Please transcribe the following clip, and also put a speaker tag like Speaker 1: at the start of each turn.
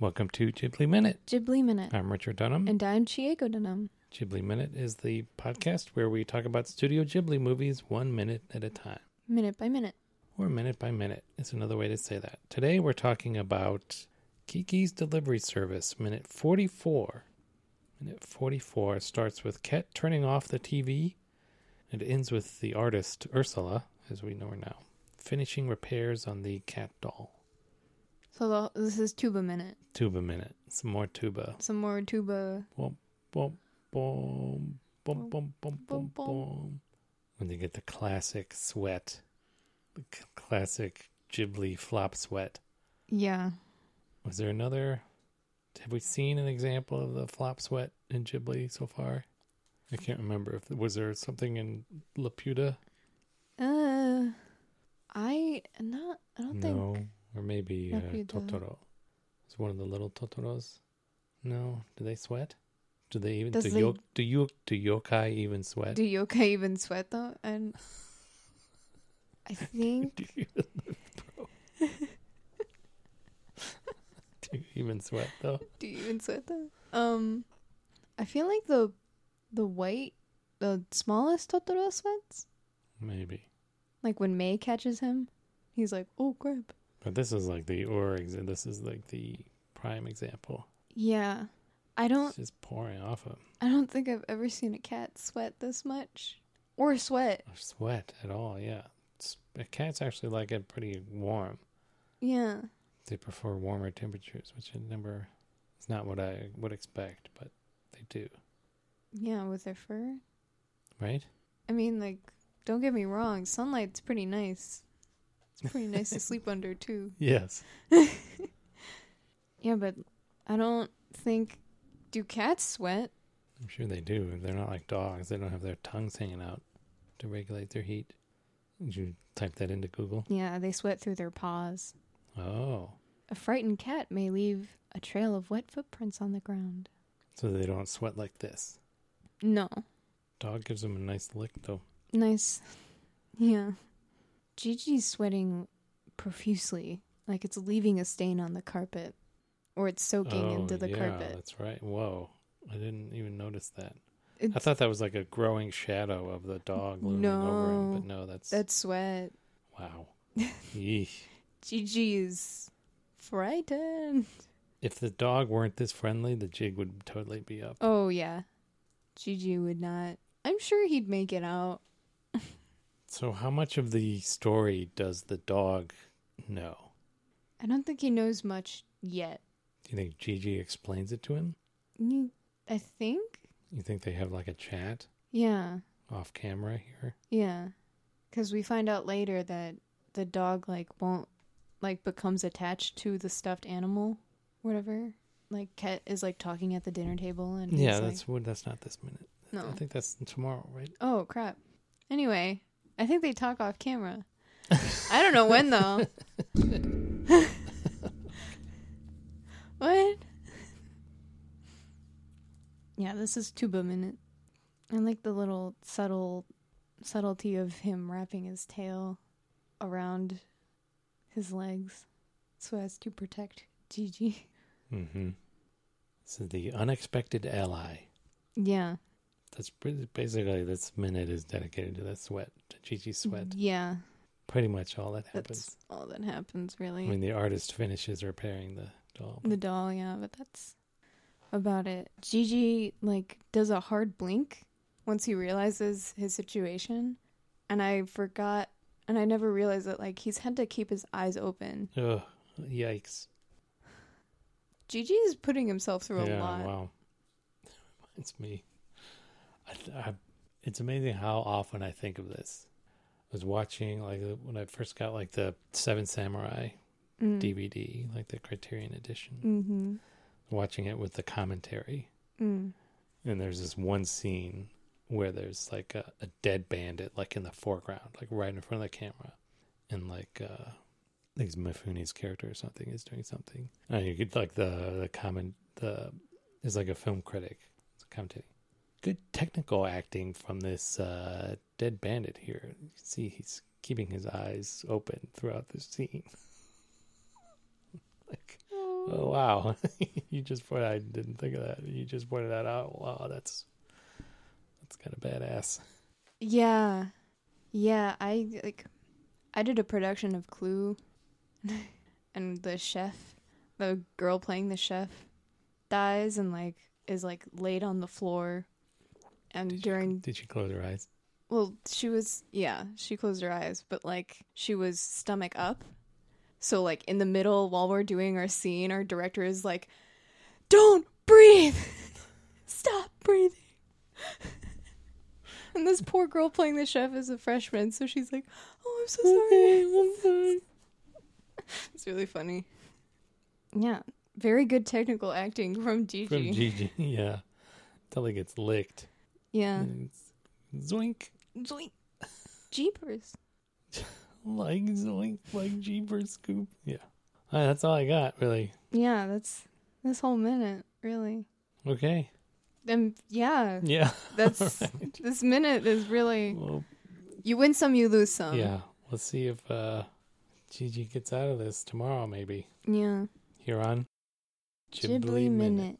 Speaker 1: Welcome to Ghibli Minute.
Speaker 2: Ghibli Minute.
Speaker 1: I'm Richard Dunham.
Speaker 2: And I'm Chieko Dunham.
Speaker 1: Ghibli Minute is the podcast where we talk about Studio Ghibli movies one minute at a time,
Speaker 2: Minute by minute.
Speaker 1: or minute by minute is another way to say that. Today we're talking about Kiki's Delivery Service, minute 44. Minute 44 starts with Ket turning off the TV and ends with the artist Ursula, as we know her now, finishing repairs on the cat doll.
Speaker 2: So the, this is Tuba Minute.
Speaker 1: Tuba Minute. Some more tuba.
Speaker 2: Some more tuba.
Speaker 1: Boom, boom, boom,
Speaker 2: Boom,
Speaker 1: boom, boom, boom,
Speaker 2: boom, boom.
Speaker 1: boom. When they get the classic sweat, the c- classic Ghibli flop sweat.
Speaker 2: Yeah.
Speaker 1: Was there another? Have we seen an example of the flop sweat in Ghibli so far? I can't remember if was there something in Laputa.
Speaker 2: Uh, I not. I don't
Speaker 1: No,
Speaker 2: think.
Speaker 1: or maybe uh,
Speaker 2: Laputa.
Speaker 1: Totoro. It's one of the little Totoros. No, do they sweat? Do they even
Speaker 2: Does
Speaker 1: do,
Speaker 2: the-
Speaker 1: yo- do yo- do yokai even sweat?
Speaker 2: Do yokai even sweat though? And I think
Speaker 1: Do you even live, bro? Do you even sweat though?
Speaker 2: do you even sweat though? Um, I feel like the the white the smallest Totoro sweats.
Speaker 1: Maybe.
Speaker 2: Like when May catches him, he's like, "Oh crap."
Speaker 1: But this is like the or exa- this is like the prime example.
Speaker 2: Yeah. I don't
Speaker 1: It's just pouring off him
Speaker 2: I don't think I've ever seen a cat sweat this much. Or sweat.
Speaker 1: or sweat at all. Yeah, it's, cats actually like it pretty warm.
Speaker 2: Yeah.
Speaker 1: They prefer warmer temperatures, which I never. It's not what I would expect, but they do,
Speaker 2: Yeah, with their fur.
Speaker 1: right?
Speaker 2: I mean, like, don't get me wrong, sunlight's pretty nice. It's pretty nice to sleep under, too.
Speaker 1: Yes.
Speaker 2: Yeah, but I don't think. Do cats sweat?
Speaker 1: I'm sure they do. They're not like dogs. They don't have their tongues hanging out to regulate their heat. Did you type that into Google?
Speaker 2: Yeah, they sweat through their paws.
Speaker 1: Oh,
Speaker 2: A frightened cat may leave a trail of wet footprints on the ground.
Speaker 1: so they don't sweat like this.
Speaker 2: No.
Speaker 1: Dog gives them a nice lick, though.
Speaker 2: Nice. Yeah. Gigi's sweating profusely, like it's leaving a stain on the carpet or it's soaking
Speaker 1: oh,
Speaker 2: into the
Speaker 1: yeah,
Speaker 2: carpet.
Speaker 1: that's right. Whoa, I didn't even notice that. I
Speaker 2: It's,
Speaker 1: thought that was like a growing shadow of the dog looming over him,
Speaker 2: No,
Speaker 1: but no, that's,
Speaker 2: that's sweat.
Speaker 1: wow. Yeesh.
Speaker 2: Gigi is frightened.
Speaker 1: If the dog weren't this friendly, the jig would totally be up.
Speaker 2: Oh, yeah. Gigi would not. I'm sure he'd make it out.
Speaker 1: So, how much of the story does the dog know?
Speaker 2: I don't think he knows much yet.
Speaker 1: Do you think Gigi explains it to him?
Speaker 2: Mm, I think?
Speaker 1: You think they have like a chat
Speaker 2: Yeah.
Speaker 1: off camera here?
Speaker 2: Yeah. Cuz we find out later that the dog like won't like becomes attached to the stuffed animal whatever. Like Ket is like talking at the dinner table and he's,
Speaker 1: yeah,
Speaker 2: like,
Speaker 1: that's what. That's not this minute. I
Speaker 2: no.
Speaker 1: think that's tomorrow, right?
Speaker 2: Oh crap. Anyway, I think they talk off camera. I don't know when though. what? Yeah, this is tuba minute. I like the little subtle subtlety of him wrapping his tail around his legs so as to protect Gigi.
Speaker 1: Mm-hmm. So the unexpected ally.
Speaker 2: Yeah.
Speaker 1: That's pretty, basically this minute is dedicated to that sweat, to Gigi's sweat.
Speaker 2: Yeah.
Speaker 1: Pretty much all that happens.
Speaker 2: Mm-hmm. That's all that happens
Speaker 1: I
Speaker 2: really.
Speaker 1: mean, the artist finishes repairing the doll.
Speaker 2: The doll, yeah, but that's about it. Gigi like does a hard blink once he realizes his situation, and I forgot, and I never realized that like he's had to keep his eyes open.
Speaker 1: Ugh, yikes!
Speaker 2: Gigi is putting himself through a
Speaker 1: yeah,
Speaker 2: lot.
Speaker 1: wow. Reminds me. I, th- I, it's amazing how often I think of this. I was watching like the- when I first got like the Seven Samurai
Speaker 2: Mm.
Speaker 1: DVD, like the Criterion edition,
Speaker 2: Mm-hmm.
Speaker 1: watching it with the commentary.
Speaker 2: Mm.
Speaker 1: And there's this one scene where there's like a, a dead bandit, like in the foreground, like right in front of the camera. And like, uh, I think it's Mifune's character or something is doing something. And you get like the, the comment, the, is like a film critic commentating. Good technical acting from this uh, dead bandit here. You can see he's keeping his eyes open throughout the scene. like, Oh wow, you just pointed. I didn't think of that. You just pointed that out. Wow, that's that's kind of badass.
Speaker 2: Yeah. Yeah, I like I did a production of Clue and the chef, the girl playing the chef dies and like is like laid on the floor and
Speaker 1: Did
Speaker 2: during
Speaker 1: Did she close her eyes?
Speaker 2: well, she was yeah, she closed her eyes, but like she was stomach up. So like in the middle while we're doing our scene, our director is like, "Don't breathe. Stop breathing." and this poor girl playing the chef is a freshman, so she's like, "Oh, I'm so sorry." it's really funny. Yeah, very good technical acting from Gigi.
Speaker 1: From Gigi, yeah, till he gets licked.
Speaker 2: yeah.
Speaker 1: And it's Zoink,
Speaker 2: Zoink. Jeepers.
Speaker 1: like zoink, like jeepers scoop. Yeah, All right, that's all I got really.
Speaker 2: Yeah, that's this whole minute, really.
Speaker 1: Okay,
Speaker 2: Um, yeah,
Speaker 1: yeah,
Speaker 2: that's this minute is really
Speaker 1: well,
Speaker 2: you win some, you lose some.
Speaker 1: yeah. Let's see if uh Gigi gets out of this tomorrow, maybe.
Speaker 2: yeah.
Speaker 1: Here on
Speaker 2: Ghibli minute.